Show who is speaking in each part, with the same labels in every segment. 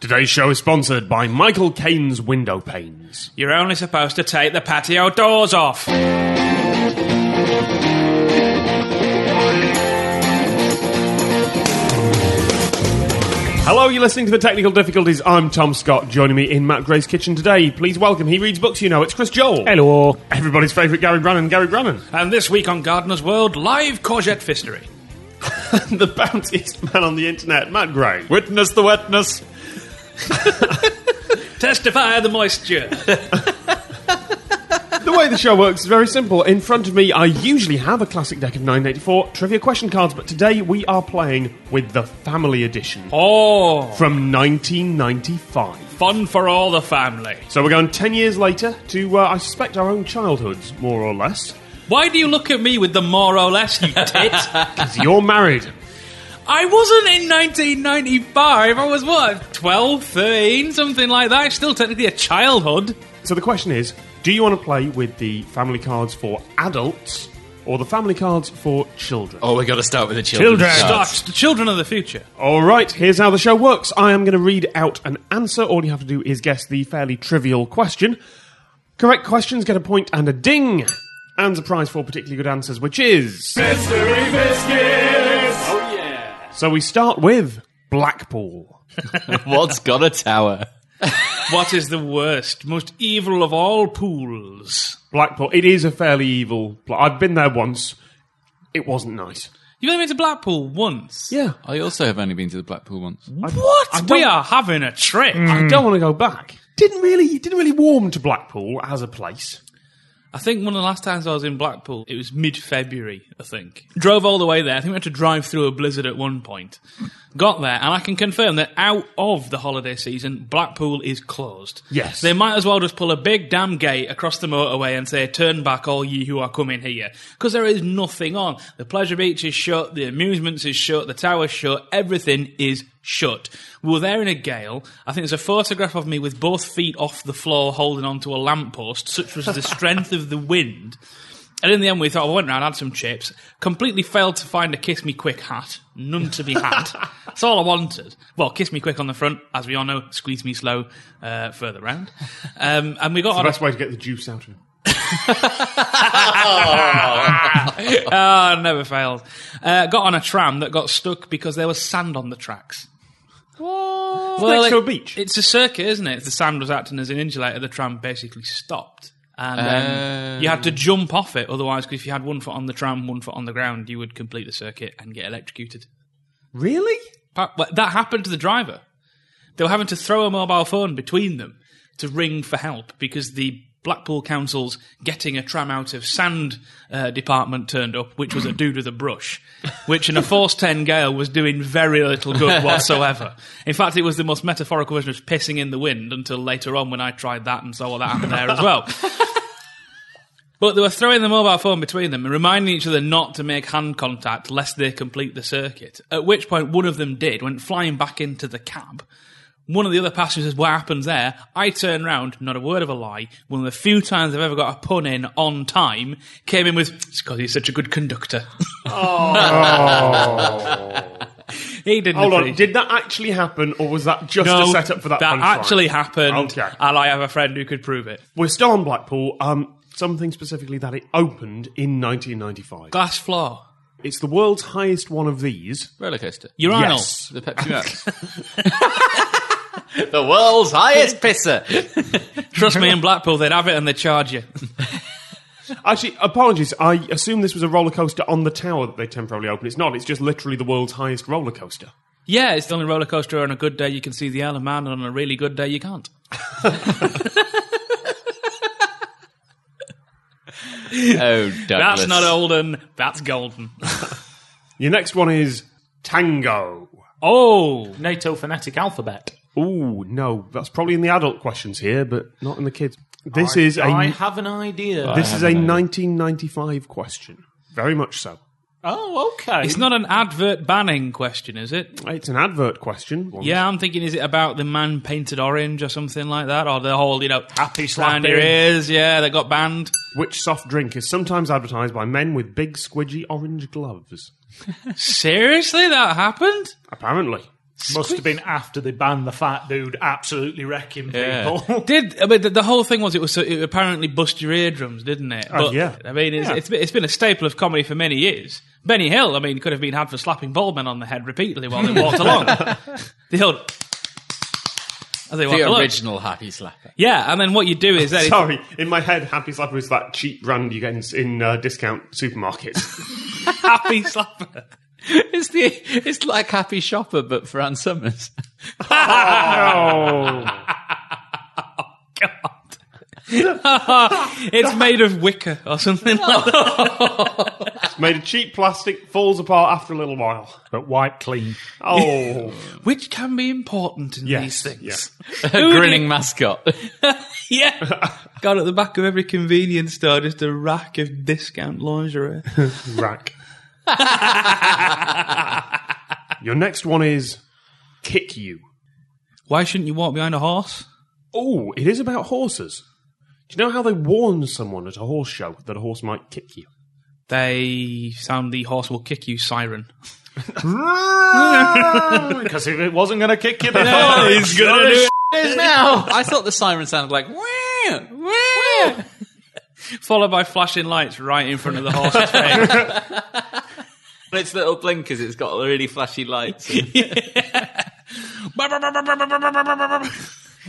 Speaker 1: Today's show is sponsored by Michael Caine's Window Panes.
Speaker 2: You're only supposed to take the patio doors off.
Speaker 1: Hello, you're listening to the Technical Difficulties. I'm Tom Scott. Joining me in Matt Gray's kitchen today, please welcome. He reads books, you know. It's Chris Joel.
Speaker 3: Hello.
Speaker 1: Everybody's favourite Gary Brannan. Gary Brannan,
Speaker 2: And this week on Gardener's World, live courgette fistery.
Speaker 1: the bounciest man on the internet, Matt Gray.
Speaker 4: Witness the wetness.
Speaker 2: Testify the moisture.
Speaker 1: The way the show works is very simple. In front of me, I usually have a classic deck of 984 trivia question cards, but today we are playing with the Family Edition
Speaker 2: Oh,
Speaker 1: from 1995.
Speaker 2: fun for all the family.
Speaker 1: So we're going 10 years later to, uh, I suspect, our own childhoods, more or less.
Speaker 2: Why do you look at me with the more or less, you tit?
Speaker 1: Because you're married.
Speaker 2: I wasn't in 1995. I was, what, 12, 13, something like that. It's still technically a childhood.
Speaker 1: So the question is do you want to play with the family cards for adults or the family cards for children?
Speaker 4: Oh, we got to start with the children.
Speaker 1: Children.
Speaker 4: Start.
Speaker 2: Start the children of the future.
Speaker 1: All right, here's how the show works. I am going to read out an answer. All you have to do is guess the fairly trivial question. Correct questions get a point and a ding, and a prize for particularly good answers, which is. Mystery Biscuits! Oh, yeah! So we start with Blackpool.
Speaker 4: What's got a tower?
Speaker 2: What is the worst, most evil of all pools?
Speaker 1: Blackpool, it is a fairly evil. Pl- I've been there once. It wasn't nice.
Speaker 2: You've only been to Blackpool once.
Speaker 1: Yeah.
Speaker 4: I also have only been to the Blackpool once.
Speaker 2: What?
Speaker 1: I don't-
Speaker 2: we are having a trip.
Speaker 1: I don't want to go back. Didn't really, didn't really warm to Blackpool as a place.
Speaker 2: I think one of the last times I was in Blackpool, it was mid February, I think. Drove all the way there. I think we had to drive through a blizzard at one point. Got there, and I can confirm that out of the holiday season, Blackpool is closed.
Speaker 1: Yes.
Speaker 2: They might as well just pull a big damn gate across the motorway and say, Turn back, all ye who are coming here. Because there is nothing on. The pleasure beach is shut, the amusements is shut, the tower's shut, everything is shut. We were there in a gale. I think there's a photograph of me with both feet off the floor holding onto a lamppost, such was the strength of the wind. And in the end, we thought, I went round, had some chips, completely failed to find a Kiss Me Quick hat. None to be had. That's all I wanted. Well, Kiss Me Quick on the front, as we all know, Squeeze Me Slow uh, further round. Um, and we got
Speaker 1: The
Speaker 2: on.
Speaker 1: best way to get the juice out of it.
Speaker 2: Ah, never failed. Uh, got on a tram that got stuck because there was sand on the tracks.
Speaker 1: next
Speaker 2: it-
Speaker 1: to a beach.
Speaker 2: It's a circuit, isn't it? If the sand was acting as an insulator, the tram basically stopped. And
Speaker 1: Uh,
Speaker 2: um, you had to jump off it, otherwise, 'cause if you had one foot on the tram, one foot on the ground, you would complete the circuit and get electrocuted.
Speaker 1: Really?
Speaker 2: Pa- well, That happened to the driver. They were having to throw a mobile phone between them to ring for help because the Blackpool Council's getting a tram out of sand uh, department turned up, which was a dude with a brush, which in a force 10 gale was doing very little good whatsoever. In fact, it was the most metaphorical version of pissing in the wind until later on when I tried that and saw what that happened there as well. But they were throwing the mobile phone between them and reminding each other not to make hand contact lest they complete the circuit. At which point, one of them did, went flying back into the cab. One of the other passengers says, What happens there? I turn round, not a word of a lie. One of the few times I've ever got a pun in on time came in with, It's because he's such a good conductor. he didn't
Speaker 1: Oh. Hold on,
Speaker 2: appreciate-
Speaker 1: did that actually happen, or was that just a setup for that? punchline?
Speaker 2: actually happened,
Speaker 1: Okay.
Speaker 2: and I have a friend who could prove it.
Speaker 1: We're still on Blackpool. Um, something specifically that it opened in 1995.
Speaker 2: Glass floor,
Speaker 1: It's the world's highest one of these.
Speaker 4: Roller coaster.
Speaker 2: urinal,
Speaker 1: Yes.
Speaker 4: The Pepsi Max. the world's highest pisser.
Speaker 2: Trust me, in Blackpool, they'd have it and they'd charge you.
Speaker 1: Actually, apologies. I assume this was a roller coaster on the tower that they temporarily opened. It's not. It's just literally the world's highest roller coaster.
Speaker 2: Yeah, it's the only roller coaster on a good day you can see the Isle of Man, and on a really good day you can't.
Speaker 4: Oh, Douglas.
Speaker 2: That's not olden, that's golden.
Speaker 1: Your next one is Tango.
Speaker 2: Oh,
Speaker 3: NATO phonetic alphabet.
Speaker 1: Ooh, no, that's probably in the adult questions here, but not in the kids. This is a
Speaker 3: I have an idea.
Speaker 1: this is a
Speaker 4: haven't heard.
Speaker 1: 1995 question. Very much so.
Speaker 3: oh, okay.
Speaker 2: it's not an advert banning question, is it?
Speaker 1: It's an advert question. One
Speaker 2: Yeah, I'm thinking, is it about the man painted orange or something like that? Or the whole, you know,
Speaker 3: Happy
Speaker 2: round
Speaker 3: slapping.
Speaker 2: your ears, yeah, they got banned.
Speaker 1: Which soft drink is sometimes advertised by men with big, squidgy orange gloves?
Speaker 2: Seriously, that happened?
Speaker 1: Apparently.
Speaker 3: Must have been after they banned the fat dude absolutely wrecking
Speaker 4: Yeah.
Speaker 3: people.
Speaker 2: Did I mean, the, the whole thing was it was so, it apparently bust your eardrums, didn't it?
Speaker 1: Oh, yeah.
Speaker 2: I mean, it's,
Speaker 1: Yeah.
Speaker 2: it's been- it's been a staple of comedy for many years. Benny Hill, I mean, could have been had for slapping bald men on the head repeatedly while they walked along. The old as they walked
Speaker 4: The
Speaker 2: along.
Speaker 4: original happy slapper.
Speaker 2: Yeah, and then what you do is that if-
Speaker 1: Sorry, in my head, Happy Slapper is that cheap brand you get in, in uh, discount supermarkets.
Speaker 2: happy slapper.
Speaker 4: It's the it's like Happy Shopper, but for Anne Summers.
Speaker 1: oh,
Speaker 2: God. it's made of wicker or something
Speaker 1: Oh.
Speaker 2: like that.
Speaker 1: it's made of cheap plastic, falls apart after a little while.
Speaker 3: But wiped clean.
Speaker 1: Oh,
Speaker 2: Which can be important in
Speaker 1: Yes,
Speaker 2: these things.
Speaker 4: A grinning mascot.
Speaker 2: Yeah. Got at the back of every convenience store just a rack of discount lingerie.
Speaker 1: rack. Your next one is kick you.
Speaker 2: Why shouldn't you walk behind a horse?
Speaker 1: Oh, it is about horses. Do you know how they warn someone at a horse show that a horse might kick you?
Speaker 2: They sound the horse will kick you siren.
Speaker 3: Because if it wasn't going to kick you, then
Speaker 2: he's gonna do
Speaker 4: now. I thought the siren sounded like wah, wah.
Speaker 2: Followed by flashing lights right in front of the horse's face.
Speaker 4: And its little blinkers, it's got really flashy lights. is,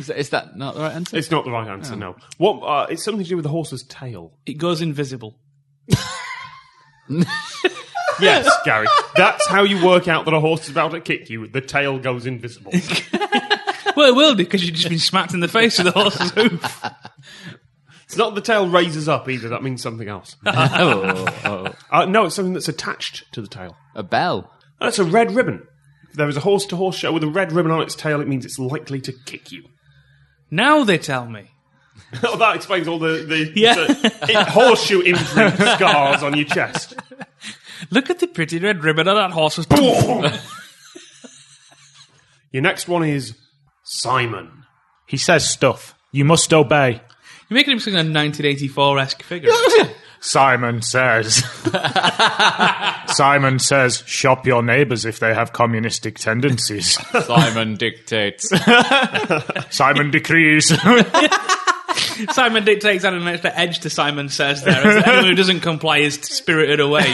Speaker 4: that, is that not the right answer?
Speaker 1: It's not the right answer. No. What? Uh, it's something to do with the horse's tail.
Speaker 2: it goes invisible.
Speaker 1: Yes, Gary. That's how you work out that a horse is about to kick you. The tail goes invisible.
Speaker 2: Well, it will do because you've just been smacked in the face with the horse's hoof.
Speaker 1: It's not that the tail raises up either. That means something else.
Speaker 4: Oh, oh.
Speaker 1: Uh, no, it's something that's attached to the tail.
Speaker 4: a bell.
Speaker 1: And it's a red ribbon. If there is a horse-to-horse show with a red ribbon on its tail, it means it's likely to kick you.
Speaker 2: Now they tell me.
Speaker 1: Oh, that explains all the, the,
Speaker 2: Yeah.
Speaker 1: the i- horseshoe imprint scars on your chest.
Speaker 2: Look at the pretty red ribbon on that horse's.
Speaker 1: Your next one is Simon.
Speaker 3: he says stuff. You must obey.
Speaker 2: You're making him sing a 1984 esque figure.
Speaker 5: Simon says. Simon says, shop your neighbours if they have communistic tendencies.
Speaker 4: Simon dictates.
Speaker 5: Simon decrees.
Speaker 2: Simon dictates added an extra edge to Simon says there. As anyone who doesn't comply is spirited away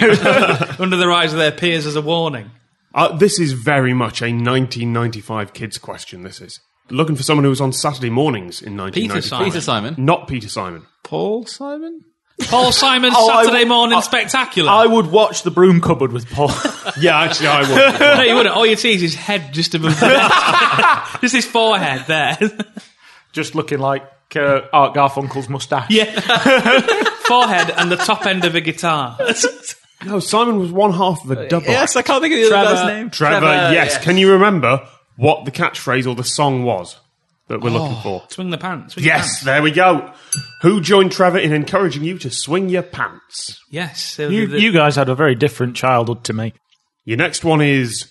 Speaker 2: under the eyes of their peers as a warning.
Speaker 1: Uh, this is very much a 1995 kids question. This is looking for someone who was on Saturday mornings in 1995.
Speaker 2: Simon.
Speaker 4: Peter Simon.
Speaker 1: Not Peter Simon.
Speaker 4: Paul Simon?
Speaker 2: Paul Simon's
Speaker 3: Oh, I-
Speaker 2: Saturday morning
Speaker 3: I-
Speaker 2: spectacular.
Speaker 3: I would watch the broom cupboard with Paul.
Speaker 1: Yeah, actually, I would.
Speaker 2: no, you wouldn't. All you see is his head just above the just his forehead there.
Speaker 3: Just looking like uh, Art Garfunkel's mustache.
Speaker 2: yeah. forehead and the top end of a guitar.
Speaker 1: no, Simon was one half of a double.
Speaker 4: Yes, I can't think of the other
Speaker 2: Trevor.
Speaker 4: guy's name.
Speaker 1: Trevor, yes. Can you remember what the catchphrase or the song was that we're looking for?
Speaker 2: Swing the pants. Swing
Speaker 1: Yes,
Speaker 2: The pants.
Speaker 1: there we go. Who joined Trevor in encouraging you to swing your pants?
Speaker 2: Yes. so
Speaker 3: You,
Speaker 2: the-
Speaker 3: you guys had a very different childhood to me.
Speaker 1: Your next one is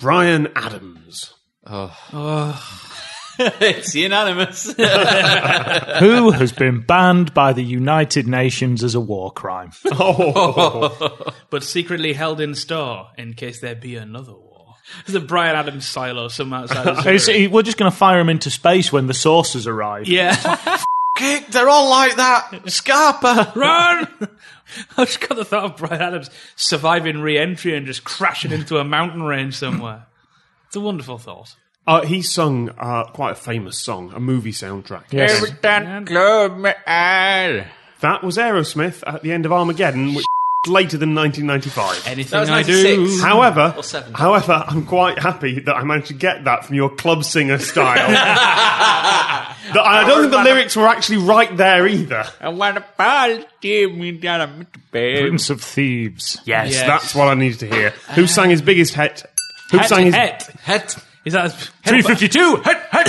Speaker 1: Brian Adams.
Speaker 4: It's unanimous.
Speaker 3: Who has been banned by the United Nations as a war crime?
Speaker 2: but secretly held in store in case there be another war. There's a Brian Adams silo somewhere outside. the
Speaker 3: Is
Speaker 2: zoo.
Speaker 3: it- we're just going to fire him into space when the saucers arrive.
Speaker 2: yeah.
Speaker 4: They're all like that. Scarpa.
Speaker 2: Run! I just got the thought of Brian Adams surviving re-entry and just crashing into a mountain range somewhere. It's a wonderful thought.
Speaker 1: Uh, he sung uh, quite a famous song, a movie soundtrack.
Speaker 3: Yes.
Speaker 1: That was Aerosmith at the end of Armageddon, which later than 1995.
Speaker 2: Anything
Speaker 4: That was
Speaker 2: I do,
Speaker 4: 96.
Speaker 1: However,
Speaker 4: Or seven.
Speaker 1: however, I'm quite happy that I managed to get that from your club singer style. that I don't think the lyrics were actually right there either.
Speaker 4: I want a party. We got a babe.
Speaker 5: Prince of Thieves.
Speaker 1: Yes,
Speaker 2: Yes.
Speaker 1: that's what I needed to hear. Who sang his biggest hit? Who
Speaker 2: Het,
Speaker 1: sang his?
Speaker 2: het.
Speaker 4: Het.
Speaker 2: Is that?
Speaker 3: 352! Hut, hut, hut,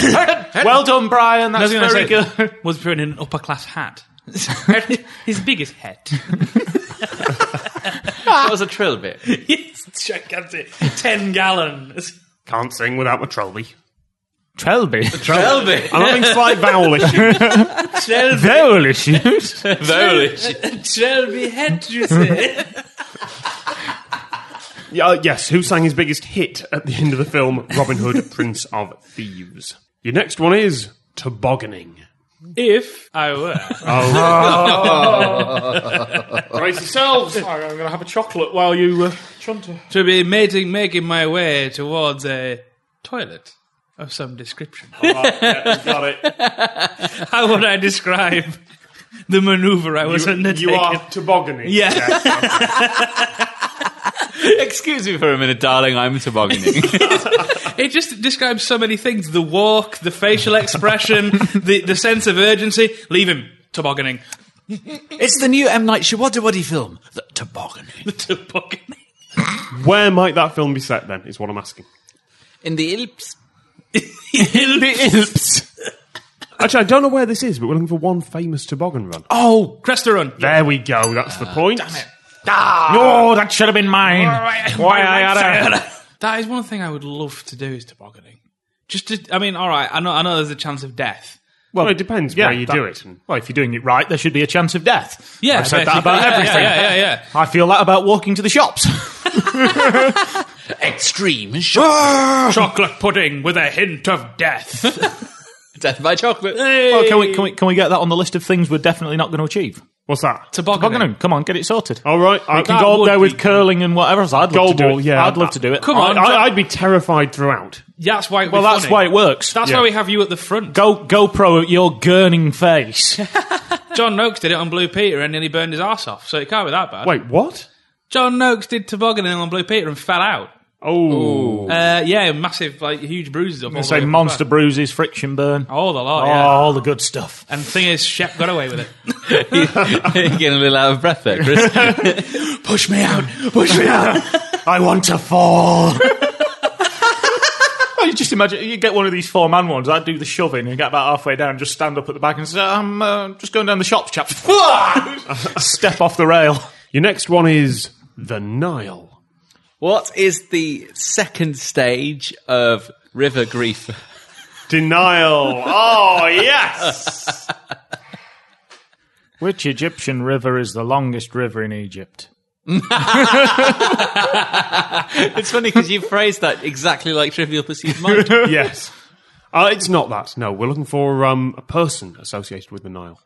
Speaker 3: hut. well done, Brian.
Speaker 2: I was
Speaker 3: That's
Speaker 2: going to
Speaker 3: very
Speaker 2: say
Speaker 3: good.
Speaker 2: was put in an upper class hat. His biggest head.
Speaker 4: That was a trill bit.
Speaker 2: It's gigantic. Ten gallon.
Speaker 1: Can't sing without my trolley.
Speaker 3: Trelby.
Speaker 4: Trill bit.
Speaker 1: I'm having slight vowel issues.
Speaker 3: Vowel issues.
Speaker 4: Very.
Speaker 2: Shelby head, you say?
Speaker 1: Yeah, uh, yes, who sang his biggest hit at the end of the film, Robin Hood, Prince of Thieves? Your next one is tobogganing.
Speaker 2: If I were.
Speaker 1: Brace yourselves. Oh, I'm going to have a chocolate while you. Uh, chunter.
Speaker 2: to be mating, making my way towards a toilet of some description.
Speaker 1: Got it.
Speaker 2: How would I describe the maneuver I was undertaking?
Speaker 1: You are tobogganing.
Speaker 2: Yeah.
Speaker 4: Excuse me for a minute, darling. I'm tobogganing.
Speaker 2: It just describes so many things: the walk, the facial expression, the the sense of urgency. Leave him tobogganing.
Speaker 6: It's the new M. Night Shyamalan film, The Toboggan.
Speaker 2: tobogganing.
Speaker 1: Where might that film be set then? Is what I'm asking.
Speaker 4: In the Alps.
Speaker 1: Actually, I don't know where this is, but we're looking for one famous toboggan run.
Speaker 2: Oh, Cresta run.
Speaker 1: There we go. That's the point.
Speaker 3: Oh, that should have been mine. Why I had a-
Speaker 2: That is one thing I would love to do is tobogganing. Just to, I mean, all right. I know, I know there's a chance of death.
Speaker 1: Well, it depends
Speaker 3: Yeah,
Speaker 1: where you
Speaker 3: that-
Speaker 1: do it.
Speaker 3: Well, if you're doing it right, there should be a chance of death.
Speaker 2: Yeah,
Speaker 3: I've said that
Speaker 2: basically.
Speaker 3: about
Speaker 2: Yeah,
Speaker 3: everything.
Speaker 2: Yeah, yeah, yeah.
Speaker 3: I feel that about walking to the shops.
Speaker 6: Extreme shock.
Speaker 2: Chocolate pudding with a hint of death.
Speaker 4: Death by chocolate.
Speaker 3: Well, Oh, can we, can we can we get that on the list of things we're definitely not going to achieve?
Speaker 1: What's that?
Speaker 2: Tobogganing.
Speaker 3: Tobogganing. Come on, get it sorted.
Speaker 1: All right. I,
Speaker 3: we can
Speaker 1: that
Speaker 3: go up
Speaker 1: would
Speaker 3: there with
Speaker 1: be-
Speaker 3: curling and whatever else. I'd love to do
Speaker 1: Goalball,
Speaker 3: it.
Speaker 1: yeah.
Speaker 3: I'd love to do it.
Speaker 2: Come
Speaker 1: I,
Speaker 2: on.
Speaker 1: I, I'd be terrified throughout.
Speaker 2: That's why.
Speaker 3: Well, that's why it works.
Speaker 2: That's
Speaker 1: Yeah.
Speaker 2: why we have you at the front.
Speaker 3: Go GoPro at your gurning face.
Speaker 2: John Noakes did it on Blue Peter and nearly burned his arse off, so it can't be that bad.
Speaker 1: Wait, what?
Speaker 2: John Noakes did tobogganing on Blue Peter and fell out.
Speaker 1: Oh,
Speaker 2: Uh, yeah, massive, like huge bruises. I'm
Speaker 3: They say monster bruises, friction burn,
Speaker 2: Oh, the lot.
Speaker 3: oh,
Speaker 2: Yeah.
Speaker 3: all the good stuff.
Speaker 2: And thing is, Shep got away with it.
Speaker 4: You're getting a little out of breath there, Chris.
Speaker 3: Push me out! Push me out! I want to fall. Oh, you just imagine you get one of these four man ones. I'd do the shoving and get about halfway down, just stand up at the back and say, "I'm uh, just going down the shops, chaps." Step off the rail.
Speaker 1: your next one is the Nile.
Speaker 4: what is the second stage of river grief?
Speaker 1: Denial. Oh yes.
Speaker 3: Which Egyptian river is the longest river in Egypt?
Speaker 4: It's funny because you phrased that exactly like Trivial Pursuit might.
Speaker 1: yes. Uh, it's not that. No, we're looking for um, a person associated with the Nile.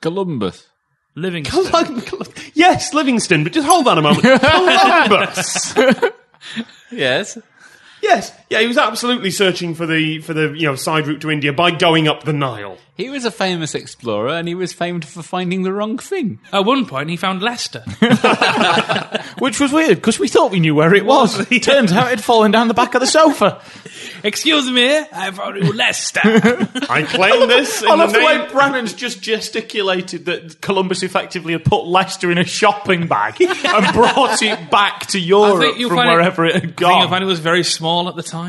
Speaker 4: Columbus.
Speaker 2: Livingston.
Speaker 1: yes, Livingston. But just hold on a moment. Columbus.
Speaker 4: Yes.
Speaker 1: yes. Yeah, he was absolutely searching for the for the you know side route to India by going up the Nile.
Speaker 4: He was a famous explorer and he was famed for finding the wrong thing.
Speaker 2: At one point, he found Leicester.
Speaker 3: Which was weird because we thought we knew where it was. Turns out it'd fallen down the back of the sofa.
Speaker 2: Excuse me, I found you Leicester.
Speaker 1: I claim this. in
Speaker 3: I love
Speaker 1: the
Speaker 3: the
Speaker 1: name-
Speaker 3: way Brannan's just gesticulated that Columbus effectively had put Leicester in a shopping bag and brought it back to Europe
Speaker 2: you'll
Speaker 3: from
Speaker 2: find it-
Speaker 3: wherever it, had
Speaker 2: I think I
Speaker 3: gone.
Speaker 2: found it was very small at the time.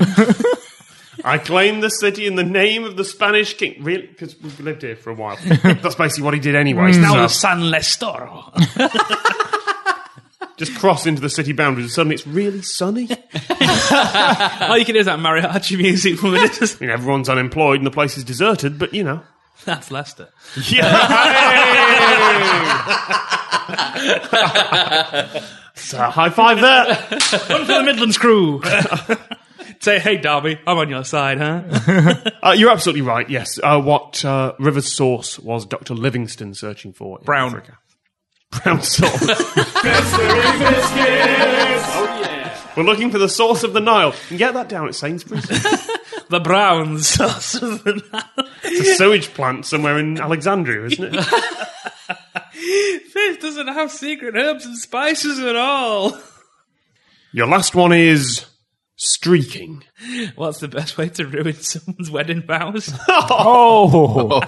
Speaker 1: I claim the city in the name of the Spanish king. Really? Because we've lived here for a while. That's basically what he did anyway.
Speaker 2: Now
Speaker 1: so
Speaker 2: it's San Leicester.
Speaker 1: just cross into the city boundaries and suddenly it's really sunny. I
Speaker 2: All you can hear is that mariachi music from a distance.
Speaker 1: mean, everyone's unemployed and the place is deserted, but you know.
Speaker 2: That's Leicester.
Speaker 1: So high five there.
Speaker 2: One for the Midlands crew. Say, hey, Darby, I'm on your side, huh?
Speaker 1: Uh, you're absolutely right, yes. Uh, what uh, river's source was Dr. Livingston searching for? in
Speaker 2: Brown.
Speaker 1: Africa? Brown source. We're looking for the source of the Nile. You can get that down at Sainsbury's.
Speaker 2: The Browns. Fish
Speaker 1: It's a sewage plant somewhere in Alexandria, isn't it?
Speaker 2: doesn't have secret herbs and spices at all.
Speaker 1: Your last one is streaking.
Speaker 2: What's the best way to ruin someone's wedding vows?
Speaker 3: Oh,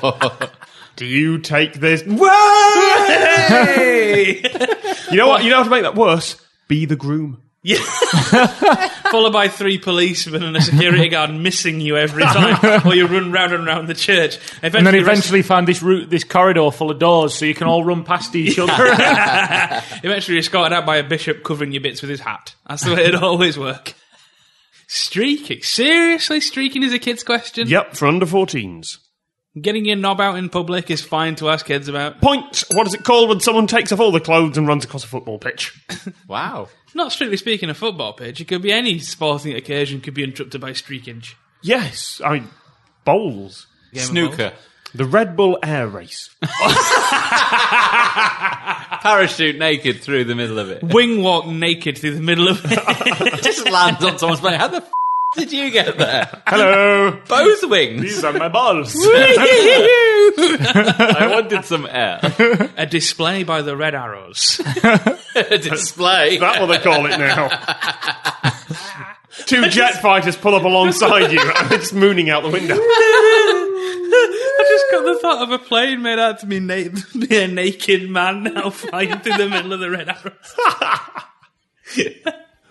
Speaker 1: Do you take this? You know what? You know how to make that worse. Be the groom.
Speaker 2: Followed by three policemen and a security guard missing you every time, or you run round and round the church. Eventually,
Speaker 3: and then
Speaker 2: the rest-
Speaker 3: eventually find this route, this corridor full of doors, so you can all run past each other.
Speaker 2: eventually you're escorted out by a bishop covering your bits with his hat. That's the way it always work. Streaking. Seriously, streaking is a kid's question?
Speaker 1: Yep, for under 14s.
Speaker 2: Getting your knob out in public is fine to ask kids about.
Speaker 1: Point. What is it called when someone takes off all their clothes and runs across a football pitch?
Speaker 4: Wow.
Speaker 2: Not strictly speaking, a football pitch. It could be any sporting occasion could be interrupted by streakage.
Speaker 1: Yes, I mean bowls.
Speaker 2: Game of bowls.
Speaker 4: Snooker.
Speaker 1: The Red Bull Air Race.
Speaker 4: Ah. Parachute naked through the middle of it.
Speaker 2: Wing walk naked through the middle of
Speaker 4: Just lands on someone's plate. How the f- did you get there?
Speaker 5: Hello.
Speaker 4: Both wings.
Speaker 5: These are my balls.
Speaker 4: I wanted some air.
Speaker 2: a display by the red arrows.
Speaker 4: A display.
Speaker 1: That's what they call it now. Two jet fighters pull up alongside you and it's mooning out the window.
Speaker 2: I just got the thought of a plane made out to be, na- be a naked man now flying through the middle of the red arrows.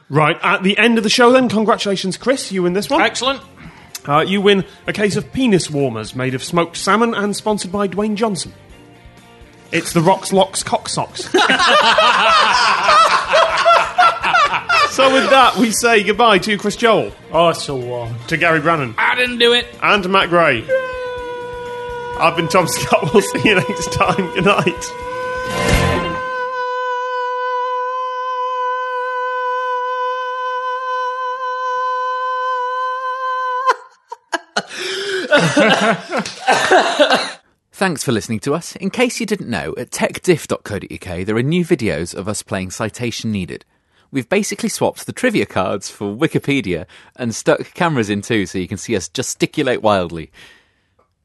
Speaker 1: Right, at the end of the show then, congratulations, Chris. You win this one.
Speaker 3: Excellent.
Speaker 1: Uh, you win a case of penis warmers made of smoked salmon and sponsored by Dwayne Johnson. It's the Rocks Locks Cock Socks. so with that, we say goodbye to Chris Joel,
Speaker 3: Oh, it's so warm.
Speaker 1: to Gary Brannan,
Speaker 2: I didn't do it.
Speaker 1: and to Matt Gray. I've been Tom Scott. We'll see you next time. Good night.
Speaker 6: Thanks for listening to us. In case you didn't know, at techdiff.co.uk there are new videos of us playing Citation Needed. We've basically swapped the trivia cards for Wikipedia and stuck cameras in too so you can see us gesticulate wildly.